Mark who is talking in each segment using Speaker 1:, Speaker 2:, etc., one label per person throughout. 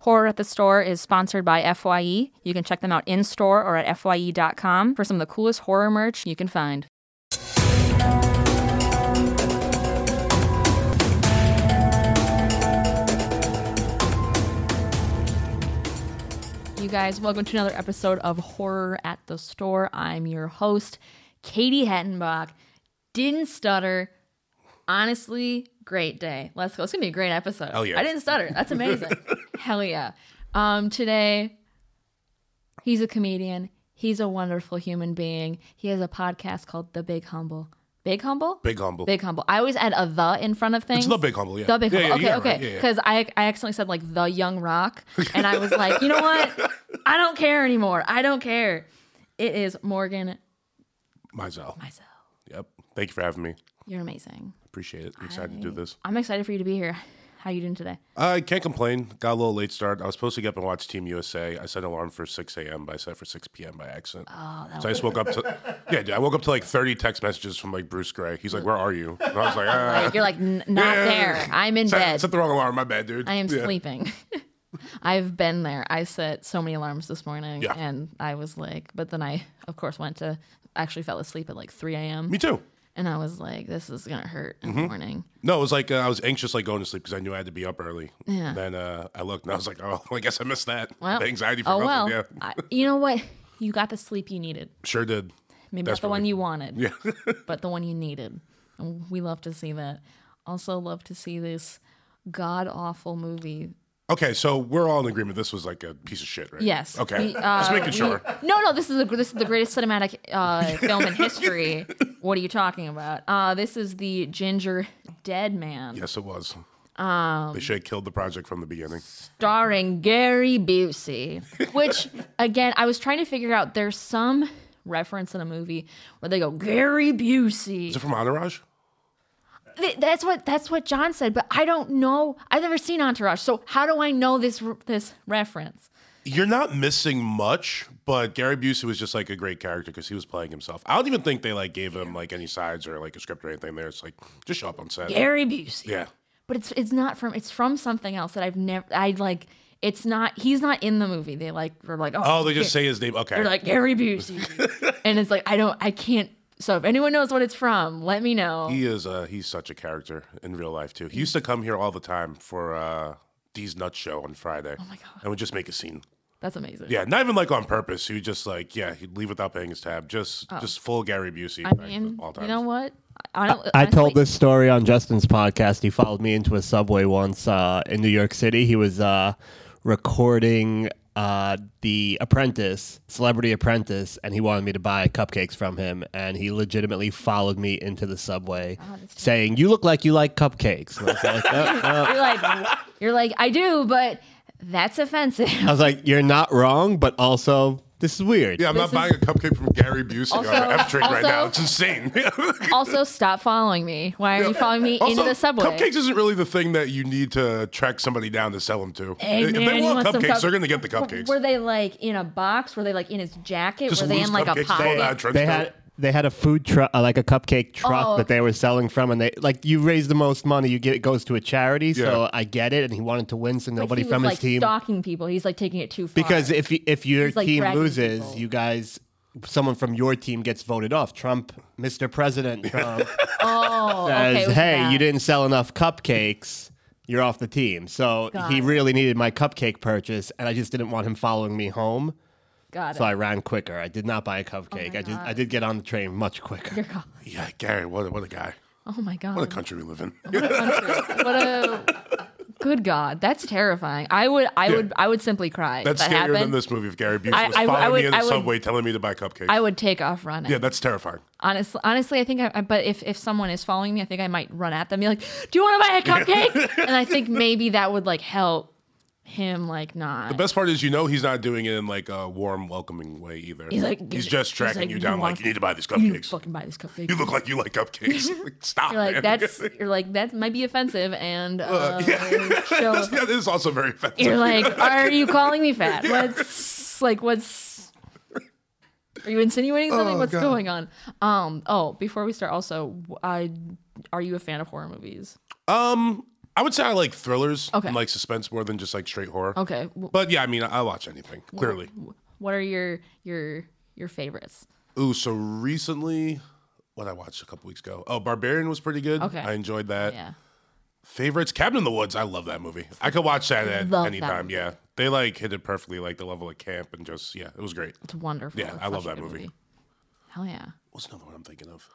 Speaker 1: Horror at the Store is sponsored by FYE. You can check them out in store or at FYE.com for some of the coolest horror merch you can find. You guys, welcome to another episode of Horror at the Store. I'm your host, Katie Hettenbach. Didn't stutter. Honestly, great day. Let's go. It's gonna be a great episode.
Speaker 2: Hell yeah.
Speaker 1: I didn't stutter. That's amazing. Hell yeah. Um, today, he's a comedian. He's a wonderful human being. He has a podcast called The Big Humble. Big Humble?
Speaker 2: Big humble.
Speaker 1: Big humble. I always add a the in front of things.
Speaker 2: the Big Humble, yeah.
Speaker 1: The big
Speaker 2: Yeah,
Speaker 1: humble. okay,
Speaker 2: yeah, yeah,
Speaker 1: okay.
Speaker 2: right, yeah, yeah.
Speaker 1: Because I I accidentally said like the young rock, and I was like, you know what? I don't care anymore. I don't care. It is Morgan
Speaker 2: Myself.
Speaker 1: Mizell.
Speaker 2: Yep. Thank you for having me.
Speaker 1: You're amazing.
Speaker 2: Appreciate it. I'm excited to do this.
Speaker 1: I'm excited for you to be here. How you doing today?
Speaker 2: I can't complain. Got a little late start. I was supposed to get up and watch Team USA. I set an alarm for 6 a.m., but I set for 6 p.m. by accident. Oh, so I just woke up to, yeah, dude, I woke up to like 30 text messages from like Bruce Gray. He's like, where are you? And I was like, ah.
Speaker 1: You're like "N- not
Speaker 2: Yeah.
Speaker 1: there. I'm in
Speaker 2: set,
Speaker 1: bed.
Speaker 2: set the wrong alarm. My bad, dude.
Speaker 1: I am
Speaker 2: Yeah.
Speaker 1: sleeping. I've been there. I set so many alarms this morning,
Speaker 2: Yeah.
Speaker 1: and I was like, but then I of course went to actually fell asleep at like 3 a.m.
Speaker 2: Me Mm-hmm. too.
Speaker 1: and I was like, this is gonna hurt in the morning.
Speaker 2: No, it was like uh, I was anxious, like going to sleep because I knew I had to be up early.
Speaker 1: Yeah.
Speaker 2: Then uh, I looked and I was like, oh, I guess I missed that.
Speaker 1: Well,
Speaker 2: the anxiety for
Speaker 1: oh
Speaker 2: nothing.
Speaker 1: well.
Speaker 2: Yeah,
Speaker 1: I- you know what? You got the sleep you needed.
Speaker 2: sure did.
Speaker 1: Maybe not the one
Speaker 2: Desperately.
Speaker 1: you wanted, but the one you needed. And we love to see that. Also, love to see this god awful movie.
Speaker 2: Okay, so we're all in agreement. This was like a piece of shit, right?
Speaker 1: Yes.
Speaker 2: Okay.
Speaker 1: we, uh,
Speaker 2: Just making
Speaker 1: we-
Speaker 2: sure.
Speaker 1: No, no. This is the, this is the greatest cinematic uh, film in history. What are you talking about? Uh, this is the Ginger Dead Man,
Speaker 2: Yes, it was.
Speaker 1: Um,
Speaker 2: they should have killed the project from the beginning.
Speaker 1: starring Gary Busey. Which, again, I was trying to figure out. There's some reference in a movie where they go Gary Busey.
Speaker 2: Is it from Entourage?
Speaker 1: Th- that's what that's what John said, but I don't know. I've never seen Entourage, so how do I know this r- this reference?
Speaker 2: You're not missing much, but Gary Busey was just like a great character because he was playing himself. I don't even think they like gave him like any sides or like a script or anything. There, it's like just show up on set.
Speaker 1: Gary Busey.
Speaker 2: Yeah.
Speaker 1: But it's it's not from it's from something else that I've never I like it's not he's not in the movie. They like were like oh,
Speaker 2: Oh, they just say his name. Okay.
Speaker 1: they're like Gary Busey. and it's like I don't I can't so if anyone knows what it's from, let me know.
Speaker 2: He is uh he's such a character in real life too. He used to come here all the time for uh D's Nut Show on Friday. Oh my god. And would just make a scene.
Speaker 1: That's amazing.
Speaker 2: Yeah, not even like on purpose. He would just like, yeah, he'd leave without paying his tab. Just just full Gary Busey
Speaker 1: Oh. I
Speaker 2: like,
Speaker 1: mean,
Speaker 2: all times.
Speaker 1: you know what? I, don't,
Speaker 3: I told
Speaker 1: honestly-
Speaker 3: this story on Justin's podcast. He followed me into a subway once uh, in New York City. He was uh, recording uh, The Apprentice, Celebrity Apprentice, and he wanted me to buy cupcakes from him. And he legitimately followed me into the subway saying, You look like you like cupcakes. And I was like, "Uh, uh."
Speaker 1: you're like you're like I do, but that's offensive.
Speaker 3: I was like, You're not wrong, but also, this is weird.
Speaker 2: Yeah, I'm not
Speaker 1: This
Speaker 2: buying a cupcake from Gary Busey
Speaker 1: Also-
Speaker 2: on the F train right
Speaker 1: also-
Speaker 2: now. It's insane.
Speaker 1: also, stop following me. Why are you following me
Speaker 2: Also,
Speaker 1: into the subway?
Speaker 2: Cupcakes isn't really the thing that you need to track somebody down to sell them to.
Speaker 1: Hey,
Speaker 2: if
Speaker 1: man,
Speaker 2: they
Speaker 1: you
Speaker 2: want
Speaker 1: want some
Speaker 2: cupcakes,
Speaker 1: cup-
Speaker 2: they're going to get the cupcakes.
Speaker 1: Were they like in a box? Were they like in his jacket?
Speaker 2: Just
Speaker 1: Were they
Speaker 2: loose
Speaker 1: in like a
Speaker 2: cupcakes thrown out of
Speaker 1: pocket?
Speaker 2: trench
Speaker 3: They
Speaker 2: coat.
Speaker 3: had. They had a food truck, uh, like a cupcake truck
Speaker 1: Oh.
Speaker 3: that they were selling from, and they like you raise the most money, you get it goes to a charity.
Speaker 2: Yeah.
Speaker 3: So I get it, and he wanted to win, so nobody
Speaker 1: he
Speaker 3: from
Speaker 1: was
Speaker 3: his
Speaker 1: like
Speaker 3: team
Speaker 1: stalking people. He's like taking it too far.
Speaker 3: Because if y- if your
Speaker 1: He's, like,
Speaker 3: team
Speaker 1: dragging
Speaker 3: loses,
Speaker 1: people.
Speaker 3: you guys, someone from your team gets voted off. Trump, Mr. President Trump,
Speaker 1: oh, okay,
Speaker 3: says,
Speaker 1: it was
Speaker 3: "Hey,
Speaker 1: that.
Speaker 3: you didn't sell enough cupcakes. You're off the team." So
Speaker 1: Got
Speaker 3: he
Speaker 1: it.
Speaker 3: really needed my cupcake purchase, and I just didn't want him following me home.
Speaker 1: Got it. Oh
Speaker 3: So I ran quicker. I did not buy a cupcake. I just I did get on the train much quicker.
Speaker 1: Your God.
Speaker 2: yeah, Gary, what a, what a guy.
Speaker 1: Oh my god!
Speaker 2: What a country we live in.
Speaker 1: country. What a good god! That's terrifying. I would, I would, I would simply cry. if
Speaker 2: That's
Speaker 1: that
Speaker 2: scarier
Speaker 1: happened.
Speaker 2: than this movie if Gary Busey
Speaker 1: I-
Speaker 2: was
Speaker 1: I w- I would-
Speaker 2: following me in the
Speaker 1: I would-
Speaker 2: subway telling me to buy cupcakes.
Speaker 1: I would take off running.
Speaker 2: yeah, that's terrifying.
Speaker 1: Honestly, honestly, I think. I, I- but if if someone is following me, I think I might run at them. Be like, "Do you want to buy a cupcake?" and I think maybe that would like help him like not.
Speaker 2: The best part is you know he's not doing it in like a warm, welcoming way either.
Speaker 1: He's like-
Speaker 2: he's just
Speaker 1: he's
Speaker 2: tracking
Speaker 1: like,
Speaker 2: you
Speaker 1: you
Speaker 2: down
Speaker 1: want-
Speaker 2: like you need to buy these
Speaker 1: you
Speaker 2: cupcakes.
Speaker 1: fucking buy this cupcake.
Speaker 2: You look like you like cupcakes. Like, stop.
Speaker 1: You're like
Speaker 2: man.
Speaker 1: that's you're like that might be offensive and uh,
Speaker 2: That's-
Speaker 1: show,
Speaker 2: yeah, this is also very offensive.
Speaker 1: you're like are you calling me fat what's like what's are you insinuating something
Speaker 2: Oh,
Speaker 1: what's
Speaker 2: God.
Speaker 1: going on um oh before we start also w- I are you a fan of horror movies
Speaker 2: Um, I would say I like thrillers
Speaker 1: Okay.
Speaker 2: and like suspense more than just like straight horror.
Speaker 1: Okay. wh-
Speaker 2: But yeah, I mean, I watch anything clearly.
Speaker 1: What are your your your favorites?
Speaker 2: Ooh, so recently, what I watched a couple weeks ago. Oh, Barbarian was pretty good.
Speaker 1: Okay.
Speaker 2: I enjoyed that.
Speaker 1: Yeah.
Speaker 2: Favorites, Cabin in the Woods. I love that movie. I could watch that at
Speaker 1: Love
Speaker 2: any
Speaker 1: that
Speaker 2: time.
Speaker 1: movie.
Speaker 2: Yeah, they like hit it perfectly, like the level of camp and just yeah, it was great.
Speaker 1: It's wonderful.
Speaker 2: Yeah,
Speaker 1: It's
Speaker 2: I love
Speaker 1: such a
Speaker 2: that
Speaker 1: good
Speaker 2: movie.
Speaker 1: Hell yeah.
Speaker 2: What's another one I'm thinking of?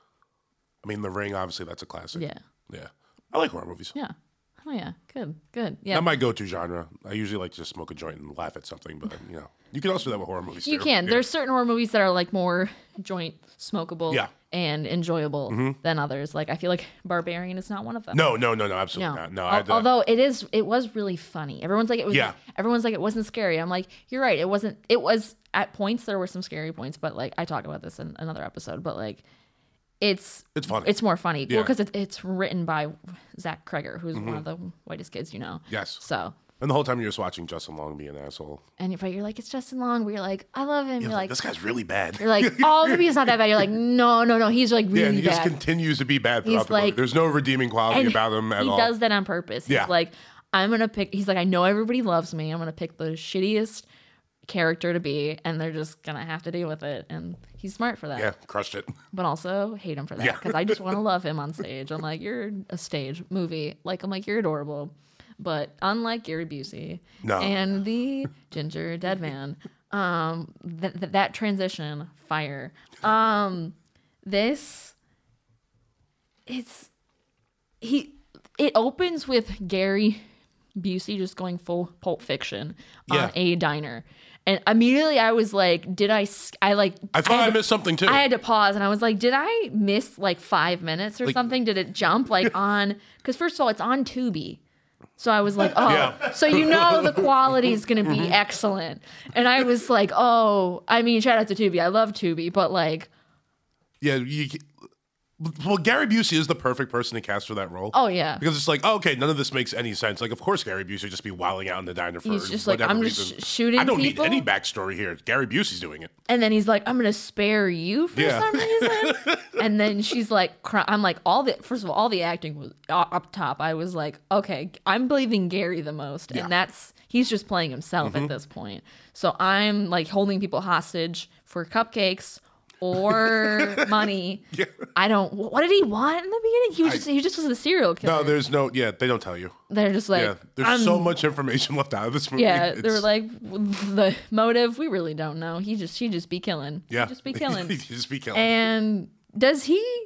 Speaker 2: I mean, The Ring. Obviously, that's a classic.
Speaker 1: Yeah.
Speaker 2: yeah. I like horror movies.
Speaker 1: Yeah. Hell yeah. Good. Good. Yeah.
Speaker 2: Not my go-to genre. I usually like to just smoke a joint and laugh at something, but you know, you can also do that with horror movies.
Speaker 1: you
Speaker 2: too.
Speaker 1: can.
Speaker 2: Yeah.
Speaker 1: There's certain horror movies that are like more joint smokable
Speaker 2: Yeah. Mm-hmm.
Speaker 1: and enjoyable than others. Like I feel like Barbarian is not one of them.
Speaker 2: no, no, no, no,
Speaker 1: No.
Speaker 2: absolutely not. No,
Speaker 1: Al-
Speaker 2: I, uh,
Speaker 1: although it is, it was really funny. Everyone's like, it was.
Speaker 2: Yeah.
Speaker 1: Everyone's like, it wasn't scary. I'm like, you're right. It wasn't. It was at points there were some scary points, but like I talk about this in another episode. But like, it's
Speaker 2: It's funny.
Speaker 1: It's more funny. Well,
Speaker 2: Yeah. Mm-hmm.
Speaker 1: because it, it's written by Zach Kreger, who's one of the whitest kids you know.
Speaker 2: yes.
Speaker 1: So.
Speaker 2: And the whole time you're just watching Justin Long be an asshole.
Speaker 1: And but you're like it's Justin Long. We're like I love him. You're like
Speaker 2: this guy's really bad.
Speaker 1: you're like oh maybe it's not that bad. You're like no no no he's like really
Speaker 2: yeah, and he
Speaker 1: bad.
Speaker 2: just continues to be bad throughout the movie.
Speaker 1: like-
Speaker 2: There's no redeeming quality
Speaker 1: And
Speaker 2: about him at
Speaker 1: he
Speaker 2: all.
Speaker 1: does that on purpose. He's
Speaker 2: Yeah.
Speaker 1: like, I'm gonna pick. He's like, I know everybody loves me. I'm gonna pick the shittiest character to be, and they're just gonna have to deal with it. And he's smart for that,
Speaker 2: yeah, crushed it.
Speaker 1: but also hate him for that
Speaker 2: Yeah.
Speaker 1: because I just want to love him on stage. I'm like, you're a stage movie. Like I'm like, you're adorable, but unlike Gary Busey
Speaker 2: No.
Speaker 1: and the ginger dead man, um, th- th- that transition fire. Um, this, it's he it opens with Gary Busey just going full Pulp Fiction on
Speaker 2: Yeah.
Speaker 1: a diner, and immediately I was like, "Did I? s- I like?
Speaker 2: I thought I,
Speaker 1: had to-
Speaker 2: missed something too.
Speaker 1: I had to pause, and I was like, "Did I miss like five minutes or something? Did it jump like on? Because first of all, it's on Tubi." So I was like, oh,
Speaker 2: Yeah. Mm-hmm.
Speaker 1: so you know the quality is going to be excellent. And I was like, oh, I mean, shout out to Tubi. I love Tubi, but like,
Speaker 2: yeah, you. Well, Gary Busey is the perfect person to cast for that role.
Speaker 1: oh, yeah.
Speaker 2: Because it's like, oh, okay, none of this makes any sense. Like, of course, Gary Busey would just be wilding out in the diner for
Speaker 1: He's just like,
Speaker 2: whatever
Speaker 1: I'm just
Speaker 2: reason.
Speaker 1: sh- shooting
Speaker 2: I don't
Speaker 1: people.
Speaker 2: need any backstory here. Gary Busey's doing it.
Speaker 1: And then he's like, I'm gonna spare you for
Speaker 2: Yeah.
Speaker 1: some reason. and then she's like, cry- I'm like, all the first of all, all the acting was o- up top. I was like, okay, I'm believing Gary the most,
Speaker 2: Yeah. Mm-hmm.
Speaker 1: and that's he's just playing himself at this point. So I'm like holding people hostage for cupcakes or money. I don't. wh- What did he want in the beginning? He was just he just was a serial killer.
Speaker 2: No, there's no. Yeah, they don't tell you.
Speaker 1: They're just like,
Speaker 2: Yeah, there's
Speaker 1: I'm
Speaker 2: so much information left out of this movie.
Speaker 1: yeah, they were
Speaker 2: It's-
Speaker 1: like the motive. We really don't know. He just he just be killing.
Speaker 2: yeah,
Speaker 1: he just be killing.
Speaker 2: He'd just be killing.
Speaker 1: And does he?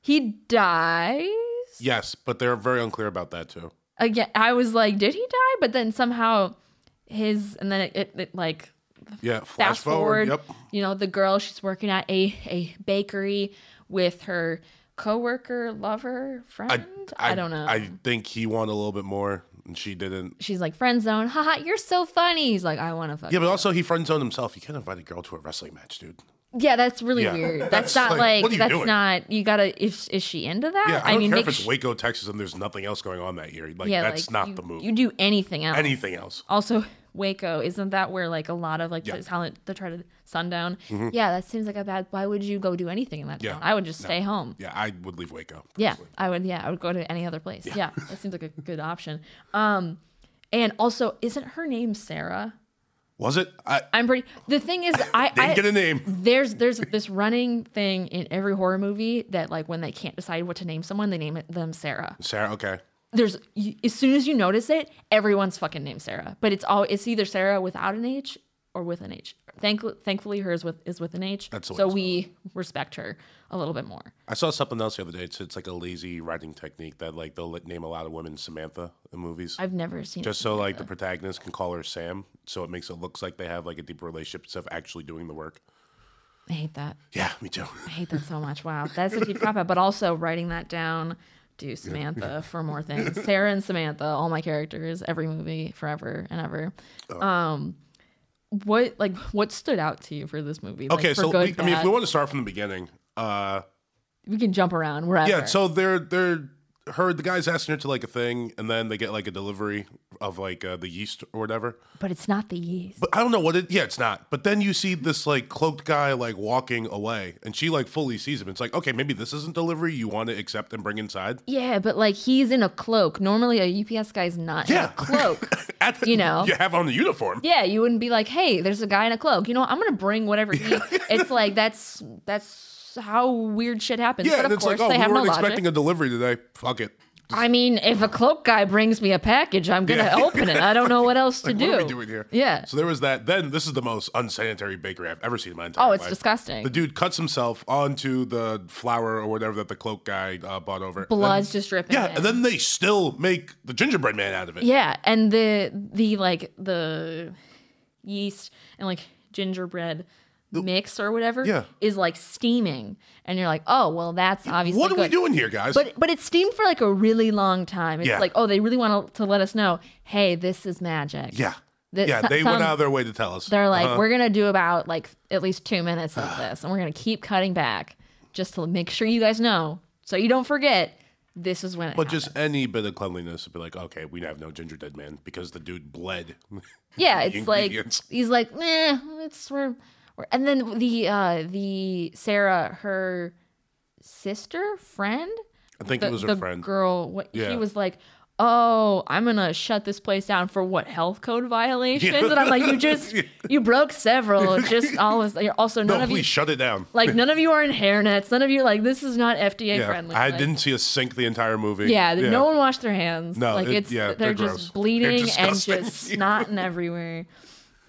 Speaker 1: He dies
Speaker 2: yes, but they're very unclear about that too.
Speaker 1: again. I was like, did he die? But then somehow his and then it, it, it, like
Speaker 2: Yeah, flash
Speaker 1: fast forward.
Speaker 2: forward. Yep.
Speaker 1: You know, the girl she's working at a a bakery with her coworker, lover, friend. I, don't know.
Speaker 2: I think he wanted a little bit more, and she didn't.
Speaker 1: She's like friend zone. Haha, you're so funny. He's like, I want to fuck.
Speaker 2: Yeah, but also he friend zoned himself. You can't invite a girl to a wrestling match, dude.
Speaker 1: Yeah, that's really
Speaker 2: Yeah.
Speaker 1: weird. That's,
Speaker 2: That's
Speaker 1: not
Speaker 2: like,
Speaker 1: like,
Speaker 2: what are you
Speaker 1: that's
Speaker 2: doing?
Speaker 1: not. You gotta. Is is she into that?
Speaker 2: Yeah, I don't care
Speaker 1: make
Speaker 2: if it's
Speaker 1: sh-
Speaker 2: Waco, Texas, and there's nothing else going on that year. Like
Speaker 1: yeah,
Speaker 2: that's
Speaker 1: like,
Speaker 2: not
Speaker 1: you-
Speaker 2: the move.
Speaker 1: You do anything else.
Speaker 2: Anything else?
Speaker 1: also Waco, isn't that where like a lot of like
Speaker 2: Yeah. Mm-hmm.
Speaker 1: the silent the try to sundown? Yeah, that seems like a bad. Why would you go do anything in that
Speaker 2: Yeah.
Speaker 1: town? I would just stay home.
Speaker 2: Yeah, I would leave Waco.
Speaker 1: Yeah, I would. Yeah, I would go to any other place. Yeah, that seems like a good option. Um, and also, isn't her name Sarah?
Speaker 2: Was it? I
Speaker 1: I'm pretty. The thing is, I
Speaker 2: didn't
Speaker 1: I-
Speaker 2: get a name.
Speaker 1: there's there's this running thing in every horror movie that like when they can't decide what to name someone, they name it them Sarah.
Speaker 2: Sarah. Okay.
Speaker 1: There's you, as soon as you notice it, everyone's fucking named Sarah, but it's all it's either Sarah without an H or with an H. Thankfully, thankfully hers with is with an H,
Speaker 2: That's the way
Speaker 1: so
Speaker 2: it's
Speaker 1: we respect her a little bit more.
Speaker 2: I saw something else the other day. It's, it's like a lazy writing technique that like they'll let- name a lot of women Samantha in movies.
Speaker 1: I've never seen
Speaker 2: just so like the protagonist can call her Sam, so it makes it looks like they have like a deeper relationship instead of actually doing the work.
Speaker 1: I hate that.
Speaker 2: Yeah, me too.
Speaker 1: I hate that so much. Wow, that's a deep cop out. But also writing that down. Do Samantha for more things. Sarah and Samantha, all my characters, every movie, forever and ever.
Speaker 2: Oh.
Speaker 1: Um, what like what stood out to you for this movie? Like,
Speaker 2: Okay,
Speaker 1: for
Speaker 2: so
Speaker 1: good,
Speaker 2: we, I mean, if
Speaker 1: bad?
Speaker 2: we want to start from the beginning, uh,
Speaker 1: we can jump around wherever.
Speaker 2: yeah. So they're they're her the guy's asking her to like a thing, and then they get like a delivery of like uh, the yeast or whatever.
Speaker 1: But it's not the yeast.
Speaker 2: But I don't know what it. Yeah, it's not. But then you see this like cloaked guy like walking away, and she like fully sees him. It's like okay, maybe this isn't delivery you want to accept and bring inside.
Speaker 1: Yeah, but like he's in a cloak. Normally a UPS guy's not in
Speaker 2: Yeah,
Speaker 1: a cloak.
Speaker 2: At the-
Speaker 1: You know.
Speaker 2: you have on the uniform.
Speaker 1: yeah, you wouldn't be like, "Hey, there's a guy in a cloak." You know, I'm gonna bring whatever. He, it's like that's that's how weird shit happens.
Speaker 2: Yeah,
Speaker 1: but
Speaker 2: and
Speaker 1: of
Speaker 2: it's
Speaker 1: course
Speaker 2: like oh,
Speaker 1: they
Speaker 2: we
Speaker 1: have no
Speaker 2: weren't
Speaker 1: logic.
Speaker 2: expecting a delivery today. Fuck it.
Speaker 1: I mean, if a cloak guy brings me a package, I'm gonna
Speaker 2: Yeah.
Speaker 1: open it. I don't know what else to
Speaker 2: Like,
Speaker 1: do.
Speaker 2: What are we doing here?
Speaker 1: Yeah.
Speaker 2: So there was that. Then this is the most unsanitary bakery I've ever seen in my entire
Speaker 1: Oh,
Speaker 2: life.
Speaker 1: it's disgusting.
Speaker 2: The dude cuts himself onto the flour or whatever that the cloak guy uh, bought over.
Speaker 1: Blood's just dripping.
Speaker 2: yeah,
Speaker 1: down.
Speaker 2: and then they still make the gingerbread man out of it.
Speaker 1: Yeah, and the the like the yeast and like gingerbread mix or whatever
Speaker 2: Yeah.
Speaker 1: is like steaming, and you're like, oh well, that's obviously
Speaker 2: what are we
Speaker 1: good."
Speaker 2: doing here, guys?
Speaker 1: But but it steamed for like a really long time. It's
Speaker 2: Yeah.
Speaker 1: like oh, they really want to let us know, hey, this is magic.
Speaker 2: yeah, Uh-huh.
Speaker 1: That
Speaker 2: yeah,
Speaker 1: so-
Speaker 2: they went
Speaker 1: some-
Speaker 2: out of their way to tell us.
Speaker 1: They're like, we're gonna do about like at least two minutes of this, and we're gonna keep cutting back just to make sure you guys know, so you don't forget. This is when it
Speaker 2: but
Speaker 1: happened.
Speaker 2: just any bit of cleanliness would be like, okay, we have no gingerbread man because the dude bled.
Speaker 1: Yeah,
Speaker 2: the
Speaker 1: it's like
Speaker 2: ingredients.
Speaker 1: he's like, meh, it's we're, we're and then the uh the Sarah, her sister, friend,
Speaker 2: I think
Speaker 1: the,
Speaker 2: it was
Speaker 1: the
Speaker 2: her friend.
Speaker 1: girl, what
Speaker 2: Yeah.
Speaker 1: he was like, oh, I'm gonna shut this place down for what health code violations, and I'm like, you just you broke several, just all of you're also none
Speaker 2: no,
Speaker 1: of
Speaker 2: please
Speaker 1: you
Speaker 2: shut it down.
Speaker 1: like none of you are in hairnets, none of you like this is not FDA
Speaker 2: yeah,
Speaker 1: friendly.
Speaker 2: I
Speaker 1: like-
Speaker 2: didn't see a sink the entire movie.
Speaker 1: yeah, th- no one washed their hands.
Speaker 2: No,
Speaker 1: like
Speaker 2: it-
Speaker 1: it's
Speaker 2: yeah,
Speaker 1: they're,
Speaker 2: they're
Speaker 1: just
Speaker 2: gross. They're
Speaker 1: bleeding and
Speaker 2: disgusting.
Speaker 1: just snotting everywhere.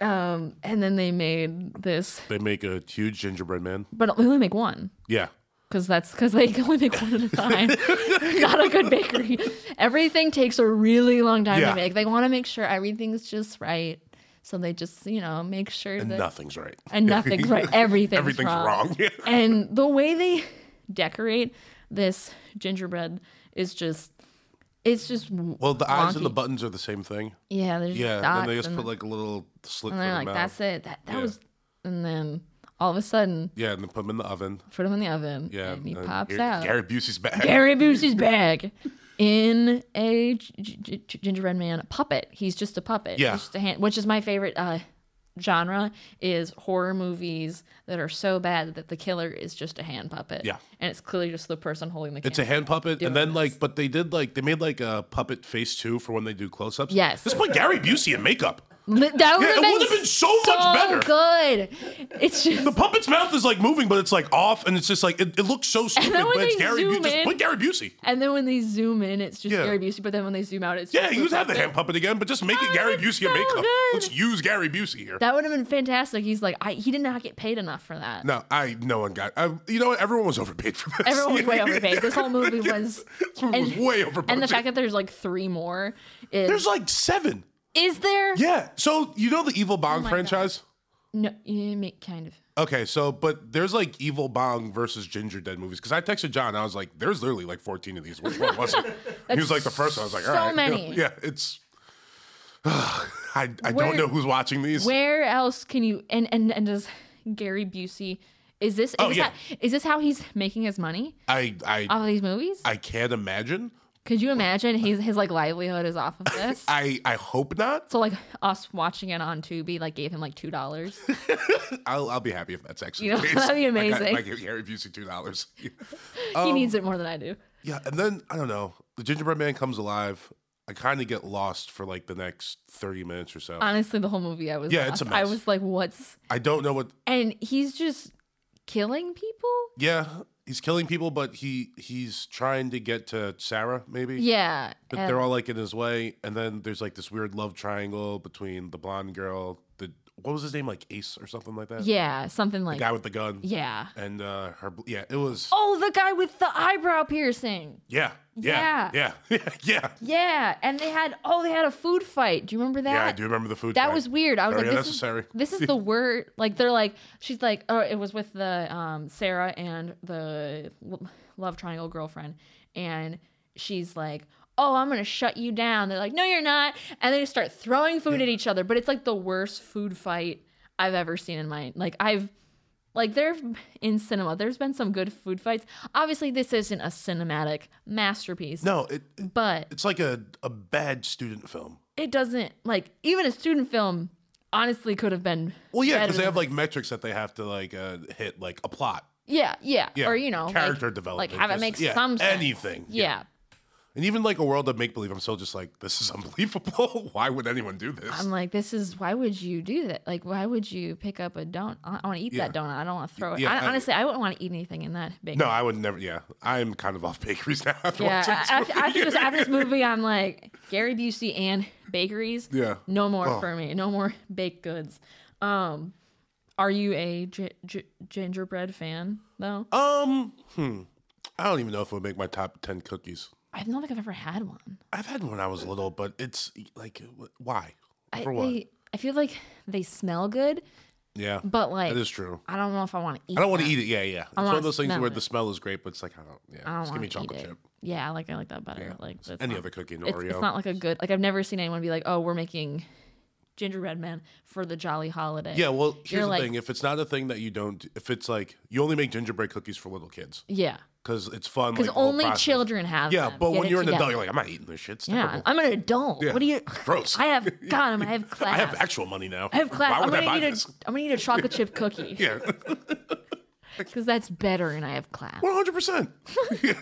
Speaker 1: Um, and then they made this,
Speaker 2: They make a huge gingerbread man.
Speaker 1: but they only make one
Speaker 2: Yeah.
Speaker 1: because that's because they can only make one at a time. Not a good bakery. Everything takes a really long time
Speaker 2: Yeah.
Speaker 1: to make. They want to make sure everything's just right, so they just you know make sure that
Speaker 2: Nothing's right.
Speaker 1: and nothing's right. Everything's,
Speaker 2: Everything's
Speaker 1: wrong.
Speaker 2: wrong. Yeah.
Speaker 1: and the way they decorate this gingerbread is just it's just
Speaker 2: Well, the eyes and the
Speaker 1: Wonky.
Speaker 2: buttons are the same thing.
Speaker 1: yeah there's
Speaker 2: Yeah,
Speaker 1: just dots
Speaker 2: and they just
Speaker 1: and,
Speaker 2: put like a little slit
Speaker 1: and
Speaker 2: for
Speaker 1: they're
Speaker 2: the
Speaker 1: like
Speaker 2: mouth.
Speaker 1: that's it that, that
Speaker 2: Yeah.
Speaker 1: was and then all of a sudden
Speaker 2: Yeah, and then put them in the oven.
Speaker 1: put him in the oven
Speaker 2: Yeah,
Speaker 1: and he
Speaker 2: uh,
Speaker 1: pops
Speaker 2: Gar-
Speaker 1: out
Speaker 2: Gary Busey's back.
Speaker 1: Gary Busey's back in a g- g- g- gingerbread man puppet. He's just a puppet.
Speaker 2: Yeah.
Speaker 1: He's just a hand, which is my favorite uh, genre is horror movies that are so bad that the killer is just a hand puppet.
Speaker 2: Yeah.
Speaker 1: and it's clearly just the person holding the.
Speaker 2: it's a
Speaker 1: hand.
Speaker 2: hand puppet, and
Speaker 1: this.
Speaker 2: then like, but they did like they made like a puppet face too for when they do close-ups.
Speaker 1: Yes.
Speaker 2: Let's put Gary Busey in makeup.
Speaker 1: Li- that would
Speaker 2: Yeah,
Speaker 1: have
Speaker 2: it
Speaker 1: been,
Speaker 2: would've been so much better.
Speaker 1: Good. It's just
Speaker 2: The puppet's mouth is like moving, but it's like off, and it's just like it, it looks so stupid.
Speaker 1: then when
Speaker 2: But it's
Speaker 1: they
Speaker 2: Gary
Speaker 1: zoom
Speaker 2: Busey. Just
Speaker 1: in-
Speaker 2: put Gary Busey.
Speaker 1: and then when they zoom in, it's just
Speaker 2: Yeah.
Speaker 1: Gary Busey. But then when they zoom out, it's
Speaker 2: Yeah,
Speaker 1: just
Speaker 2: you
Speaker 1: the
Speaker 2: just have the
Speaker 1: puppet.
Speaker 2: hand puppet again, but just make it
Speaker 1: Oh,
Speaker 2: Gary
Speaker 1: that's
Speaker 2: Busey in
Speaker 1: so
Speaker 2: makeup.
Speaker 1: good.
Speaker 2: Let's use Gary Busey here.
Speaker 1: That would have been fantastic. He's like, I, he did not get paid enough for that.
Speaker 2: No, I no one got. I, you know what? Everyone was overpaid for this.
Speaker 1: Everyone was way overpaid. This whole movie was,
Speaker 2: This movie was way overpaid.
Speaker 1: And the fact that there's like three more is
Speaker 2: there's like seven.
Speaker 1: is there?
Speaker 2: Yeah. So you know the Evil Bong
Speaker 1: Oh my
Speaker 2: franchise.
Speaker 1: No, you make kind of.
Speaker 2: Okay, so but there's like Evil Bong versus Ginger Dead movies because I texted John. I was like, "There's literally like 14 of these. Which one was it?" he was like, "The first." one. I was like,
Speaker 1: so
Speaker 2: "All right,
Speaker 1: many.
Speaker 2: Yeah, it's. I I
Speaker 1: Where-
Speaker 2: don't know who's watching these.
Speaker 1: Where else can you? And and and does Gary Busey? Is this is,
Speaker 2: Oh,
Speaker 1: this,
Speaker 2: yeah.
Speaker 1: how, is this how he's making his money
Speaker 2: I I
Speaker 1: off of these movies?
Speaker 2: I can't imagine.
Speaker 1: Could you imagine his his like livelihood is off of this?
Speaker 2: I I hope not.
Speaker 1: so like us watching it on Tubi like gave him like two dollars.
Speaker 2: I'll I'll be happy if that's actually.
Speaker 1: You know,
Speaker 2: the case.
Speaker 1: that'd be
Speaker 2: I got-
Speaker 1: amazing.
Speaker 2: I give Gary Busey two dollars.
Speaker 1: he
Speaker 2: Um,
Speaker 1: needs it more than I do.
Speaker 2: Yeah, and then I don't know. The gingerbread man comes alive. I kind of get lost for like the next thirty minutes or so.
Speaker 1: Honestly, the whole movie I was
Speaker 2: Yeah, it's a
Speaker 1: lost. I
Speaker 2: mess.
Speaker 1: was like, what's
Speaker 2: I don't know what.
Speaker 1: and he's just killing people.
Speaker 2: Yeah, he's killing people, but he he's trying to get to Sarah, maybe.
Speaker 1: Yeah,
Speaker 2: But
Speaker 1: and-
Speaker 2: they're all like in his way, and then there's like this weird love triangle between the blonde girl, the what was his name, like Ace or something like that.
Speaker 1: Uh, yeah, something
Speaker 2: The
Speaker 1: like
Speaker 2: guy with the gun.
Speaker 1: yeah.
Speaker 2: And uh, her, bl- yeah, it was,
Speaker 1: Oh, the guy with the eyebrow piercing.
Speaker 2: yeah, yeah, yeah, yeah, yeah.
Speaker 1: Yeah, and they had oh, they had a food fight. Do you remember that?
Speaker 2: Yeah, I do remember the food.
Speaker 1: That
Speaker 2: fight. Oh,
Speaker 1: was weird. I was
Speaker 2: Very
Speaker 1: like, this
Speaker 2: unnecessary.
Speaker 1: is, this is the word. Like they're like, she's like, oh, it was with the um, Sarah and the lo- love triangle girlfriend, and she's like, oh, I'm gonna shut you down. They're like, no, you're not, and they just start throwing food at each other. But it's like the worst food fight I've ever seen in my like I've like there in cinema, there's been some good food fights. Obviously, this isn't a cinematic masterpiece,
Speaker 2: No, it
Speaker 1: but
Speaker 2: it's like a, a bad student film.
Speaker 1: it doesn't like even a student film honestly could have been
Speaker 2: Well, yeah,
Speaker 1: better
Speaker 2: because they
Speaker 1: than
Speaker 2: have like metrics that they have to like uh, hit, like a plot.
Speaker 1: Yeah, yeah,
Speaker 2: Yeah,
Speaker 1: or you know, like-
Speaker 2: character
Speaker 1: like,
Speaker 2: development,
Speaker 1: have it
Speaker 2: just-
Speaker 1: make
Speaker 2: yeah,
Speaker 1: some sense.
Speaker 2: anything,
Speaker 1: Yeah.
Speaker 2: And even like a world of make believe, I'm still just like, this is unbelievable. Why would anyone do this?
Speaker 1: I'm like, this is why would you do that? Like, why would you pick up a donut? I want to eat that donut. I don't want to throw it.
Speaker 2: Yeah,
Speaker 1: I,
Speaker 2: I-
Speaker 1: honestly, I wouldn't want to eat anything in that bakery.
Speaker 2: no, I would never. Yeah, I'm kind of off bakeries now. After
Speaker 1: Yeah,
Speaker 2: watching this
Speaker 1: after,
Speaker 2: movie.
Speaker 1: after, this, after this movie, I'm like Gary Busey and bakeries.
Speaker 2: Yeah.
Speaker 1: no more
Speaker 2: Oh.
Speaker 1: for me. No more baked goods. Um, are you a gi- gi- gingerbread fan though?
Speaker 2: Um, hmm. I don't even know if it would make my top ten cookies.
Speaker 1: I don't think I've ever had one.
Speaker 2: I've had one when I was little, but it's like, wh- why? For
Speaker 1: I,
Speaker 2: what?
Speaker 1: They, I feel like they smell good,
Speaker 2: yeah,
Speaker 1: but like
Speaker 2: that is true.
Speaker 1: I don't know if I want to eat.
Speaker 2: I don't want
Speaker 1: that.
Speaker 2: to eat it. Yeah, yeah. It's
Speaker 1: wanna
Speaker 2: one of those things
Speaker 1: smell
Speaker 2: where
Speaker 1: it.
Speaker 2: the smell is great, but it's like I don't. Yeah,
Speaker 1: I don't
Speaker 2: just give me
Speaker 1: want to eat
Speaker 2: chocolate
Speaker 1: it.
Speaker 2: chip.
Speaker 1: Yeah, I like I like that better. Like that's
Speaker 2: Any
Speaker 1: not-
Speaker 2: other cookie, an
Speaker 1: It's,
Speaker 2: Oreo.
Speaker 1: it's not like a good like I've never seen anyone be like, oh, we're making gingerbread men for the jolly holiday.
Speaker 2: yeah, well, here's
Speaker 1: You're
Speaker 2: the
Speaker 1: like-
Speaker 2: thing: if it's not a thing that you don't, if it's like you only make gingerbread cookies for little kids
Speaker 1: yeah,
Speaker 2: because it's fun.
Speaker 1: because
Speaker 2: like, the whole
Speaker 1: only
Speaker 2: process.
Speaker 1: children have.
Speaker 2: Yeah,
Speaker 1: them.
Speaker 2: but
Speaker 1: Get
Speaker 2: when
Speaker 1: it
Speaker 2: you're an
Speaker 1: together.
Speaker 2: adult, you're like, I'm not eating this shit. It's
Speaker 1: yeah,
Speaker 2: terrible.
Speaker 1: I'm an adult.
Speaker 2: Yeah.
Speaker 1: What do you?
Speaker 2: Gross.
Speaker 1: I have God, I have class.
Speaker 2: I have actual money now.
Speaker 1: I have class.
Speaker 2: Why
Speaker 1: I'm
Speaker 2: would I
Speaker 1: gonna
Speaker 2: buy
Speaker 1: eat
Speaker 2: this?
Speaker 1: a. I'm gonna eat a chocolate chip cookie
Speaker 2: Yeah,
Speaker 1: because that's better, and I have class.
Speaker 2: one hundred percent.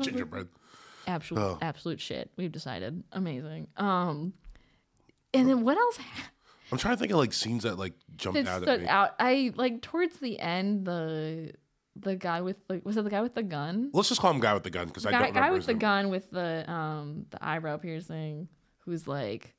Speaker 2: Gingerbread.
Speaker 1: absolute
Speaker 2: Oh.
Speaker 1: absolute shit. We've decided. Amazing. Um, and then what else? happened?
Speaker 2: I'm trying to think of like scenes that like jumped
Speaker 1: It
Speaker 2: out
Speaker 1: stood
Speaker 2: at me.
Speaker 1: out. I like towards the end the the guy with the was it the guy with the gun?
Speaker 2: Let's just call him guy with the gun because I don't
Speaker 1: Guy,
Speaker 2: remember
Speaker 1: guy with
Speaker 2: his
Speaker 1: the
Speaker 2: name.
Speaker 1: gun with the um the eyebrow piercing who's like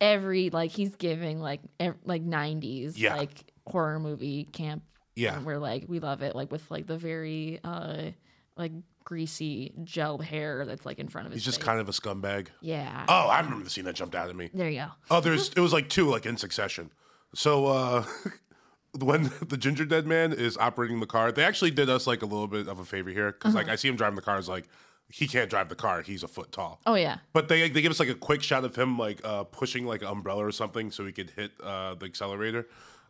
Speaker 1: every like he's giving like ev- like 90s
Speaker 2: Yeah.
Speaker 1: like horror movie camp
Speaker 2: Yeah.
Speaker 1: and we're like we love it like with like the very uh like greasy gel hair that's like in front of his
Speaker 2: He's just
Speaker 1: face.
Speaker 2: kind of a scumbag.
Speaker 1: yeah
Speaker 2: Oh, I remember the scene that jumped out at me.
Speaker 1: there you go
Speaker 2: Oh, there's it was like two like in succession. So uh when the ginger dead man is operating the car, they actually did us like a little bit of a favor here because
Speaker 1: Uh-huh.
Speaker 2: like I see him driving the car. It's like he can't drive the car; he's a foot tall.
Speaker 1: oh yeah
Speaker 2: But they they give us like a quick shot of him like uh, pushing like an umbrella or something so he could hit uh, the accelerator.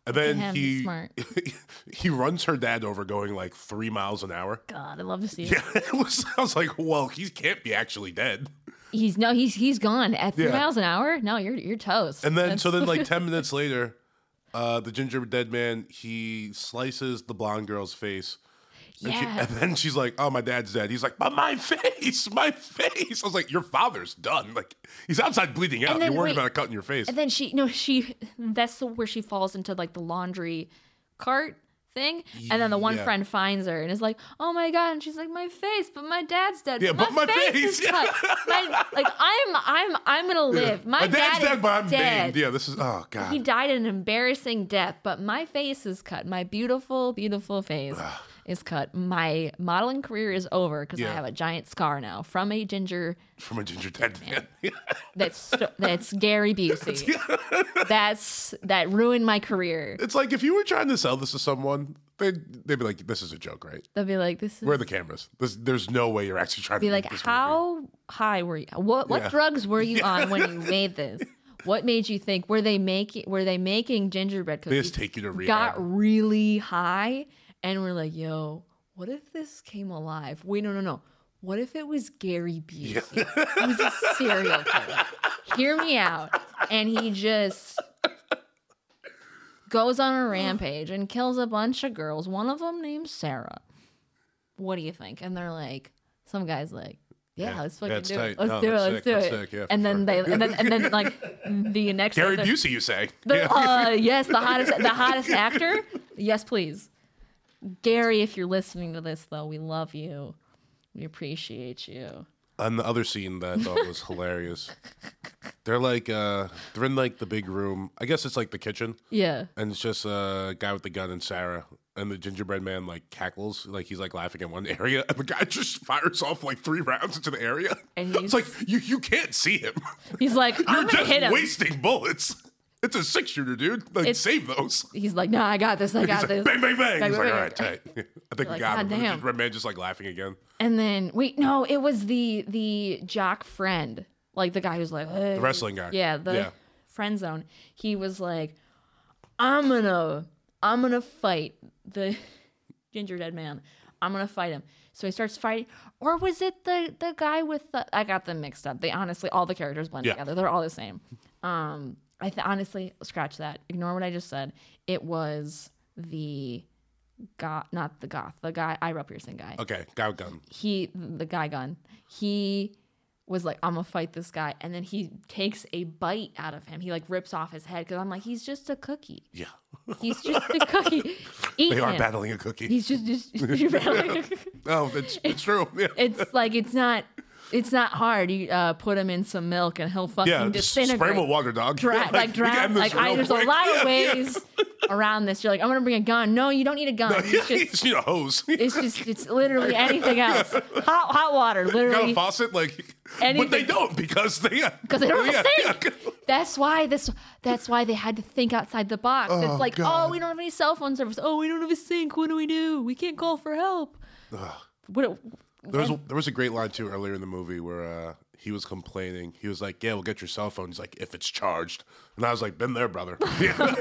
Speaker 2: And
Speaker 1: him,
Speaker 2: then
Speaker 1: he's
Speaker 2: he
Speaker 1: smart.
Speaker 2: he runs her dad over going like three miles an hour.
Speaker 1: god i love to see it
Speaker 2: Yeah, it was, I was like, well, he can't be actually dead.
Speaker 1: he's no he's he's gone at three
Speaker 2: Yeah.
Speaker 1: miles an hour no you're you're toast
Speaker 2: And then so then like ten minutes later, uh, the ginger dead man he slices the blonde girl's face. And, she-
Speaker 1: Yeah.
Speaker 2: and then she's like, "Oh, my dad's dead." He's like, "But my face, my face." I was like, "Your father's done. Like, he's outside bleeding out.
Speaker 1: then
Speaker 2: You're worried
Speaker 1: wait-
Speaker 2: about a cut in your face."
Speaker 1: And then she, no, she, that's the, where she falls into like the laundry cart thing. And then the one
Speaker 2: Yeah.
Speaker 1: friend finds her and is like, oh my God. And she's like, my face, but my dad's dead.
Speaker 2: Yeah, but my
Speaker 1: is
Speaker 2: face, yeah.
Speaker 1: cut. My, like, I'm, I'm, I'm going to live. My,
Speaker 2: dad's
Speaker 1: dad
Speaker 2: dead,
Speaker 1: is
Speaker 2: but I'm
Speaker 1: dead.
Speaker 2: maimed. Yeah, this is oh god.
Speaker 1: He died an embarrassing death, but my face is cut. My beautiful, beautiful face is cut. My modeling career is over because I
Speaker 2: Yeah.
Speaker 1: have a giant scar now from a ginger
Speaker 2: from a ginger dead man.
Speaker 1: that's st- that's Gary Busey. That's that ruined my career.
Speaker 2: it's like if you were trying to sell this to someone, they'd they'd be like, "This is a joke, right?
Speaker 1: They'll be like, this is
Speaker 2: Where are the cameras? This, there's no way you're actually trying
Speaker 1: be
Speaker 2: to
Speaker 1: like,
Speaker 2: make this
Speaker 1: how high were you? What what
Speaker 2: Yeah.
Speaker 1: drugs were you on when you made this? What made you think were they making were they making gingerbread
Speaker 2: Movie. They
Speaker 1: cookies?
Speaker 2: just take you to rehab.
Speaker 1: got really high and we're like, yo, what if this came alive? Wait, no, no, no. What if it was Gary Busey? He was a serial killer. Hear me out. And he just goes on a rampage and kills a bunch of girls, one of them named Sarah. What do you think? And they're like, some guy's like, yeah,
Speaker 2: Yeah.
Speaker 1: let's
Speaker 2: Yeah,
Speaker 1: fucking
Speaker 2: it's
Speaker 1: do
Speaker 2: tight.
Speaker 1: it. Let's
Speaker 2: No,
Speaker 1: do it.
Speaker 2: that's
Speaker 1: Let's
Speaker 2: sick.
Speaker 1: do
Speaker 2: That's
Speaker 1: it.
Speaker 2: sick. Yeah, for
Speaker 1: and then
Speaker 2: sure.
Speaker 1: they, and then, and then like the next
Speaker 2: Gary
Speaker 1: the-
Speaker 2: Busey, you say?
Speaker 1: the, uh, yes, the hottest, the hottest actor. Yes, please, Gary. If you're listening to this, though, we love you. We appreciate you.
Speaker 2: On the other scene that I thought was hilarious, they're like, uh, they're in like the big room. I guess it's like the kitchen,
Speaker 1: Yeah,
Speaker 2: and it's just a uh, guy with the gun and Sarah. And the gingerbread man like cackles, like he's like laughing in one area, and the guy just fires off like three rounds into the area.
Speaker 1: And
Speaker 2: it's
Speaker 1: he's-
Speaker 2: like you you can't see him.
Speaker 1: he's like,
Speaker 2: You're
Speaker 1: I'm gonna
Speaker 2: just
Speaker 1: hit him.
Speaker 2: wasting bullets. It's a six shooter, dude. Like
Speaker 1: It's-
Speaker 2: save those.
Speaker 1: He's like, No, I got this. I
Speaker 2: He's
Speaker 1: got
Speaker 2: like,
Speaker 1: this.
Speaker 2: bang, bang, bang.
Speaker 1: Bang, bang,
Speaker 2: He's like,
Speaker 1: bang.
Speaker 2: all right, tight. I think we
Speaker 1: Like,
Speaker 2: got him.
Speaker 1: "God damn."
Speaker 2: Red man just like laughing again.
Speaker 1: And then wait, no, it was the the jock friend, like the guy who's like
Speaker 2: The wrestling guy.
Speaker 1: Yeah, the
Speaker 2: yeah.
Speaker 1: friend zone. He was like, I'm gonna I'm gonna fight the ginger dead man. I'm gonna fight him. So he starts fighting, or was it the the guy with the? I got them mixed up. They honestly, all the characters blend
Speaker 2: Yeah.
Speaker 1: together. They're all the same. Um, I th- honestly scratch that. Ignore what I just said. It was the goth, not the goth, the guy eyebrow piercing guy
Speaker 2: Okay, got gun.
Speaker 1: he the guy gun he was like i'm gonna fight this guy and then he takes a bite out of him he like rips off his head because i'm like he's just a cookie
Speaker 2: Yeah,
Speaker 1: he's just a cookie Eat
Speaker 2: they are
Speaker 1: him.
Speaker 2: battling a cookie.
Speaker 1: he's just, just you're battling a cookie.
Speaker 2: oh, it's it's true. Yeah.
Speaker 1: it's like it's not it's not hard you uh, put him in some milk and he'll fucking
Speaker 2: Yeah, just spray
Speaker 1: disintegrate
Speaker 2: him with water, dog.
Speaker 1: Dra-
Speaker 2: Yeah,
Speaker 1: like
Speaker 2: we can
Speaker 1: drown
Speaker 2: end this
Speaker 1: like I,
Speaker 2: real
Speaker 1: there's a
Speaker 2: quick.
Speaker 1: lot
Speaker 2: Yeah,
Speaker 1: of ways around this you're like i'm gonna bring a gun no you don't need a gun
Speaker 2: Yeah,
Speaker 1: it's
Speaker 2: you
Speaker 1: just
Speaker 2: just need a hose. You
Speaker 1: it's just it's literally anything else hot hot water
Speaker 2: got
Speaker 1: literally
Speaker 2: a faucet, like, but they
Speaker 1: Anything.
Speaker 2: don't because they
Speaker 1: because they don't
Speaker 2: Oh, yeah,
Speaker 1: have a sink.
Speaker 2: yeah.
Speaker 1: That's why this. That's why they had to think outside the box.
Speaker 2: Oh,
Speaker 1: it's like,
Speaker 2: God.
Speaker 1: oh, we don't have any cell phone service. Oh, we don't have a sink. What do we do? We can't call for help. What?
Speaker 2: There was, there was a great line too earlier in the movie where uh, he was complaining. He was like, "Yeah, we'll get your cell phone." He's like, "If it's charged," and I was like, "Been there, brother." Yeah,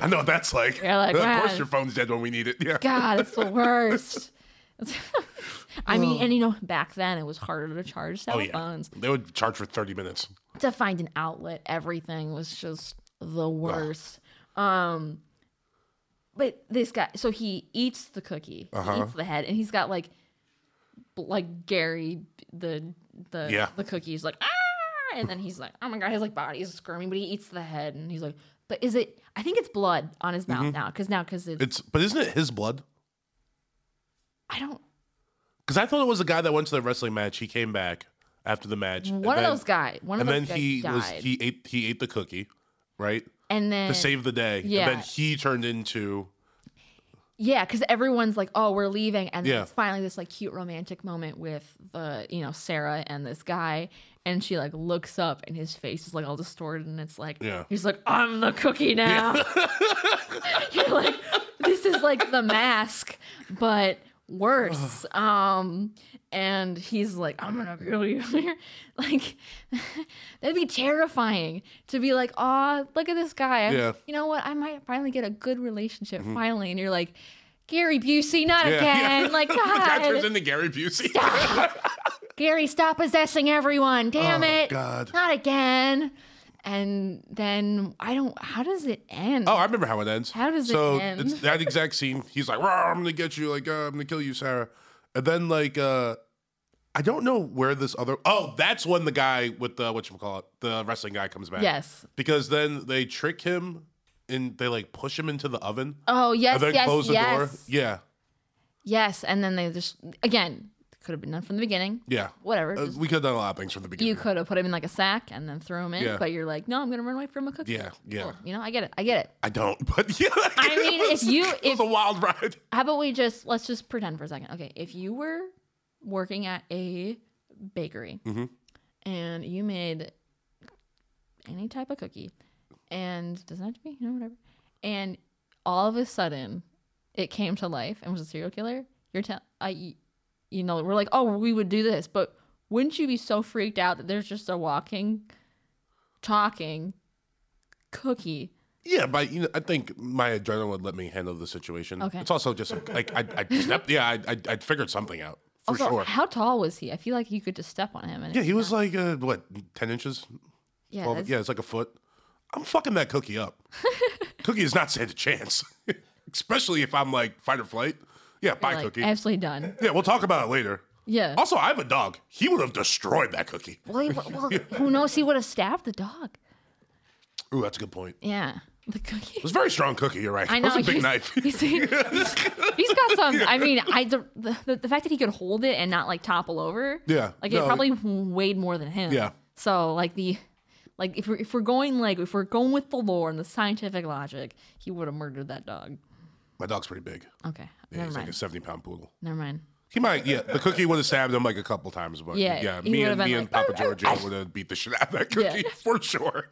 Speaker 2: I know what that's like.
Speaker 1: You're like,
Speaker 2: of
Speaker 1: "Man."
Speaker 2: course, your phone's dead when we need it. Yeah,
Speaker 1: God, it's the worst. I mean, and you know, back then it was harder to charge cell
Speaker 2: oh yeah,
Speaker 1: phones.
Speaker 2: they would charge for thirty minutes.
Speaker 1: to find an outlet. Everything was just the worst. Um, but this guy, so he eats the cookie, he
Speaker 2: Uh-huh.
Speaker 1: eats the head, and he's got like, bl- like Gary, the the
Speaker 2: Yeah.
Speaker 1: the cookies, like ah, and then he's like, oh my god, his like body is squirming, but he eats the head, and he's like, but is it? I think it's blood on his mouth now, because now because it's
Speaker 2: It's but isn't Mm-hmm. it his blood?
Speaker 1: I don't
Speaker 2: Because I thought it was the guy that went to the wrestling match. He came back after the match. and
Speaker 1: one of
Speaker 2: then-
Speaker 1: those guys, one of
Speaker 2: And
Speaker 1: those guys
Speaker 2: then he
Speaker 1: died,
Speaker 2: was he ate he ate the cookie, right?
Speaker 1: and then
Speaker 2: To save the day.
Speaker 1: yeah.
Speaker 2: And then he turned into
Speaker 1: Yeah, because everyone's like, "Oh, we're leaving," and then
Speaker 2: Yeah.
Speaker 1: it's finally this like cute romantic moment with the you know Sarah and this guy, and she like looks up and his face is like all distorted, and it's like,
Speaker 2: Yeah.
Speaker 1: he's like, "I'm the cookie now." You're like, this is like the mask, but worse. Um, and he's like, "I'm gonna kill you." like, that'd be terrifying to be like, "Aw, look at this guy." I'm-
Speaker 2: Yeah. Mm-hmm.
Speaker 1: You know what? I might finally get a good relationship finally, and you're like. Gary Busey, not
Speaker 2: Yeah,
Speaker 1: again.
Speaker 2: yeah.
Speaker 1: Like,
Speaker 2: the guy turns
Speaker 1: God.
Speaker 2: into Gary Busey.
Speaker 1: Gary, stop possessing everyone. Damn
Speaker 2: Oh,
Speaker 1: it.
Speaker 2: God.
Speaker 1: Not again. And then I don't, how does it end?
Speaker 2: Oh, I remember how it ends.
Speaker 1: How does it
Speaker 2: so
Speaker 1: end?
Speaker 2: it's that exact scene. He's like, "Rawr, "I'm gonna get you, like uh, I'm gonna kill you, Sarah." And then like, uh I don't know where this other. Oh, that's when the guy with the what you call it, the wrestling guy comes back.
Speaker 1: Yes.
Speaker 2: because then they trick him and they like push him into the oven
Speaker 1: Oh, yes,
Speaker 2: and then
Speaker 1: yes,
Speaker 2: close the
Speaker 1: yes.
Speaker 2: door. Yeah,
Speaker 1: Yes. And then they just, again, could have been done from the beginning.
Speaker 2: yeah.
Speaker 1: Whatever.
Speaker 2: Uh,
Speaker 1: just-
Speaker 2: we could have done a lot of things from the beginning.
Speaker 1: you could have put him in like a sack and then threw him in,
Speaker 2: Yeah.
Speaker 1: but you're like, no, I'm going to run away from a cookie.
Speaker 2: Yeah, yeah.
Speaker 1: Cool. You know, I get it. I get it.
Speaker 2: I don't, but yeah.
Speaker 1: I mean,
Speaker 2: it was-
Speaker 1: if you-
Speaker 2: it was
Speaker 1: if-
Speaker 2: a wild ride.
Speaker 1: How about we just let's just pretend for a second. Okay, if you were working at a bakery
Speaker 2: Mm-hmm.
Speaker 1: and you made any type of cookie, and doesn't have to be, you know, whatever, and all of a sudden it came to life and was a serial killer, you're telling, I, you know, we're like, oh, we would do this, but wouldn't you be so freaked out that there's just a walking, talking cookie?
Speaker 2: Yeah, but you know, I think my adrenaline would let me handle the situation.
Speaker 1: Okay.
Speaker 2: It's also just like I, I stepped. Yeah, I, I, I figured something out for
Speaker 1: Also,
Speaker 2: sure.
Speaker 1: how tall was he? I feel like you could just step on him and
Speaker 2: Yeah, he was like uh, what, ten inches?
Speaker 1: yeah,
Speaker 2: Well,
Speaker 1: that's-
Speaker 2: yeah, it's like a foot. I'm fucking that cookie up. cookie has not stand a chance, especially if I'm like fight or flight. Yeah, bye,
Speaker 1: like,
Speaker 2: cookie.
Speaker 1: Absolutely done.
Speaker 2: yeah, we'll talk about it later.
Speaker 1: Yeah.
Speaker 2: Also, I have a dog. He would have destroyed that cookie.
Speaker 1: well, he- well, who knows? He would have stabbed the dog.
Speaker 2: Ooh, that's a good point. It
Speaker 1: Yeah. The cookie.
Speaker 2: was a very strong cookie. You're right.
Speaker 1: I know.
Speaker 2: It was a big
Speaker 1: he's,
Speaker 2: knife.
Speaker 1: he's- he's- he's got some. I mean, I the, the the fact that he could hold it and not like topple over.
Speaker 2: Yeah,
Speaker 1: Like
Speaker 2: no,
Speaker 1: it probably weighed more than him.
Speaker 2: Yeah.
Speaker 1: So like the. Like if we're, if we're going like if we're going with the lore and the scientific logic, he would have murdered that dog.
Speaker 2: My dog's pretty big.
Speaker 1: Okay,
Speaker 2: Yeah,
Speaker 1: never
Speaker 2: he's
Speaker 1: mind.
Speaker 2: like a 70 pound poodle.
Speaker 1: never mind.
Speaker 2: He might, yeah. The cookie would have stabbed him like a couple times, but
Speaker 1: Yeah,
Speaker 2: yeah,
Speaker 1: he
Speaker 2: me
Speaker 1: would have
Speaker 2: and
Speaker 1: been
Speaker 2: me and
Speaker 1: like,
Speaker 2: Papa Giorgio would have beat the shit out of that
Speaker 1: Yeah.
Speaker 2: cookie for sure.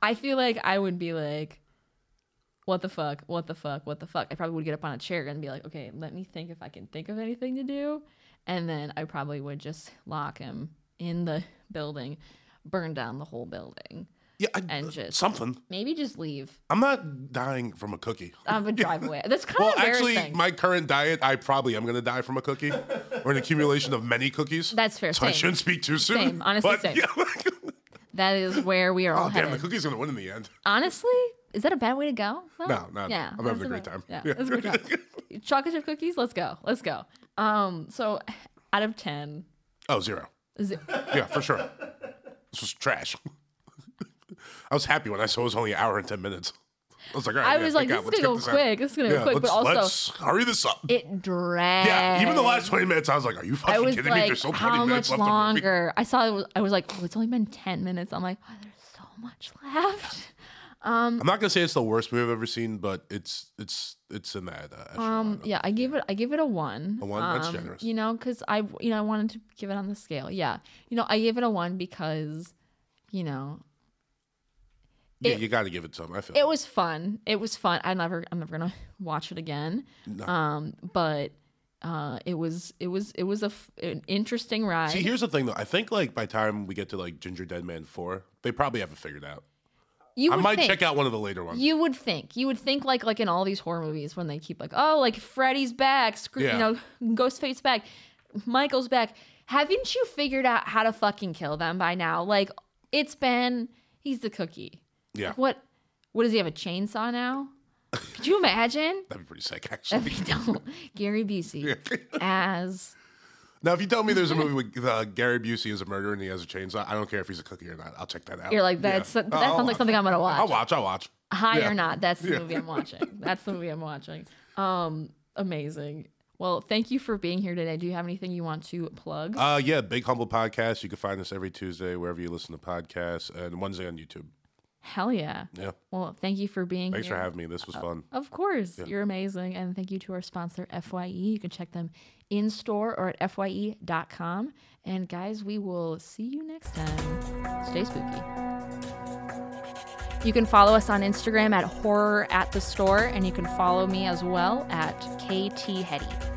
Speaker 1: I feel like I would be like, what the fuck? What the fuck? What the fuck? I probably would get up on a chair and be like, okay, let me think if I can think of anything to do. And then I probably would just lock him in the building, burn down the whole building.
Speaker 2: Yeah, I, uh,
Speaker 1: And just-
Speaker 2: something.
Speaker 1: Maybe just leave.
Speaker 2: I'm not dying from a cookie.
Speaker 1: I would drive away. That's kind
Speaker 2: Well,
Speaker 1: of embarrassing.
Speaker 2: actually, my current diet, I probably am going to die from a cookie or an accumulation of many cookies.
Speaker 1: That's fair,
Speaker 2: So I
Speaker 1: same.
Speaker 2: shouldn't speak too soon.
Speaker 1: Same, honestly,
Speaker 2: but,
Speaker 1: same.
Speaker 2: Yeah,
Speaker 1: that is where we are all
Speaker 2: oh, damn, the
Speaker 1: headed.
Speaker 2: cookie's going to win in the end.
Speaker 1: Honestly, is that a bad way to go? though?
Speaker 2: No, no, no. I'm having a great
Speaker 1: that's
Speaker 2: time.
Speaker 1: Oh, Yeah,
Speaker 2: Yeah.
Speaker 1: that's a good time. Chocolate chip cookies. Let's go. Let's go. Um, so out of ten,
Speaker 2: Oh, zero.
Speaker 1: is it,
Speaker 2: Yeah, for sure. This was trash. I was happy when I saw it was only an hour and 10 minutes. I was like, all right,
Speaker 1: I
Speaker 2: yeah,
Speaker 1: was
Speaker 2: thank
Speaker 1: like, this
Speaker 2: God,
Speaker 1: is gonna
Speaker 2: let's get
Speaker 1: go
Speaker 2: this out.
Speaker 1: quick. This is gonna go
Speaker 2: Yeah,
Speaker 1: quick, but
Speaker 2: let's,
Speaker 1: also
Speaker 2: let's hurry this up.
Speaker 1: it dragged.
Speaker 2: Yeah, even the last 20 minutes, I was like, are you
Speaker 1: I
Speaker 2: fucking
Speaker 1: was
Speaker 2: kidding me?
Speaker 1: like,
Speaker 2: There's still 20
Speaker 1: how
Speaker 2: minutes
Speaker 1: much
Speaker 2: left of the movie.
Speaker 1: longer? I saw. It was, I was like, oh, it's only been ten minutes. I'm like, oh, there's so much left.
Speaker 2: I'm not gonna say it's the worst movie I've ever seen, but it's it's it's in that. Uh,
Speaker 1: Um,
Speaker 2: um,
Speaker 1: yeah, I gave it. I gave it a one.
Speaker 2: A one? That's
Speaker 1: Um,
Speaker 2: generous.
Speaker 1: You know, because I, you know, I wanted to give it on the scale. Yeah, you know, I gave it a one because, you know,
Speaker 2: yeah, you got to give it to him. I feel
Speaker 1: it was fun. It was fun. I never. I'm never gonna watch it again.
Speaker 2: No.
Speaker 1: Um, but. Uh, it was it was it was a f- an interesting ride.
Speaker 2: See, here's the thing though. I think like by the time we get to like Ginger Dead Man Four, they probably have it figured out.
Speaker 1: you
Speaker 2: I
Speaker 1: would
Speaker 2: might
Speaker 1: think,
Speaker 2: check out one of the later ones.
Speaker 1: You would think. You would think like like in all these horror movies when they keep like, oh, like Freddy's back, screw,
Speaker 2: Yeah.
Speaker 1: you know, Ghostface back, Michael's back. Haven't you figured out how to fucking kill them by now? Like it's been he's the cookie.
Speaker 2: yeah,
Speaker 1: What what does he have a chainsaw now? Could you imagine?
Speaker 2: that'd be pretty sick
Speaker 1: That'd
Speaker 2: actually.
Speaker 1: be dope. Gary Busey as
Speaker 2: now, if you tell me there's a movie with uh, Gary Busey is a murderer and he has a chainsaw, I don't care if he's a cookie or not. I'll check that out.
Speaker 1: you're like
Speaker 2: Yeah.
Speaker 1: that's that
Speaker 2: I'll-
Speaker 1: sounds
Speaker 2: I'll
Speaker 1: like something I'm gonna watch.
Speaker 2: I'll watch. I'll watch.
Speaker 1: High
Speaker 2: Yeah.
Speaker 1: or not, that's the movie I'm watching. That's the movie I'm watching. Um, amazing. Well, thank you for being here today. Do you have anything you want to plug?
Speaker 2: Uh, yeah, Big Humble Podcast. You can find us every Tuesday wherever you listen to podcasts and Wednesday on YouTube.
Speaker 1: Hell yeah.
Speaker 2: Yeah,
Speaker 1: Well, thank you for being
Speaker 2: thanks
Speaker 1: here.
Speaker 2: for having me. This was
Speaker 1: Uh,
Speaker 2: fun.
Speaker 1: Of course. You're amazing. And thank you to our sponsor, FYE. You can check them in store or at FYE.com. And guys, we will see you next time. Stay spooky. You can follow us on Instagram at horror at the store, and you can follow me as well at KT Hetty.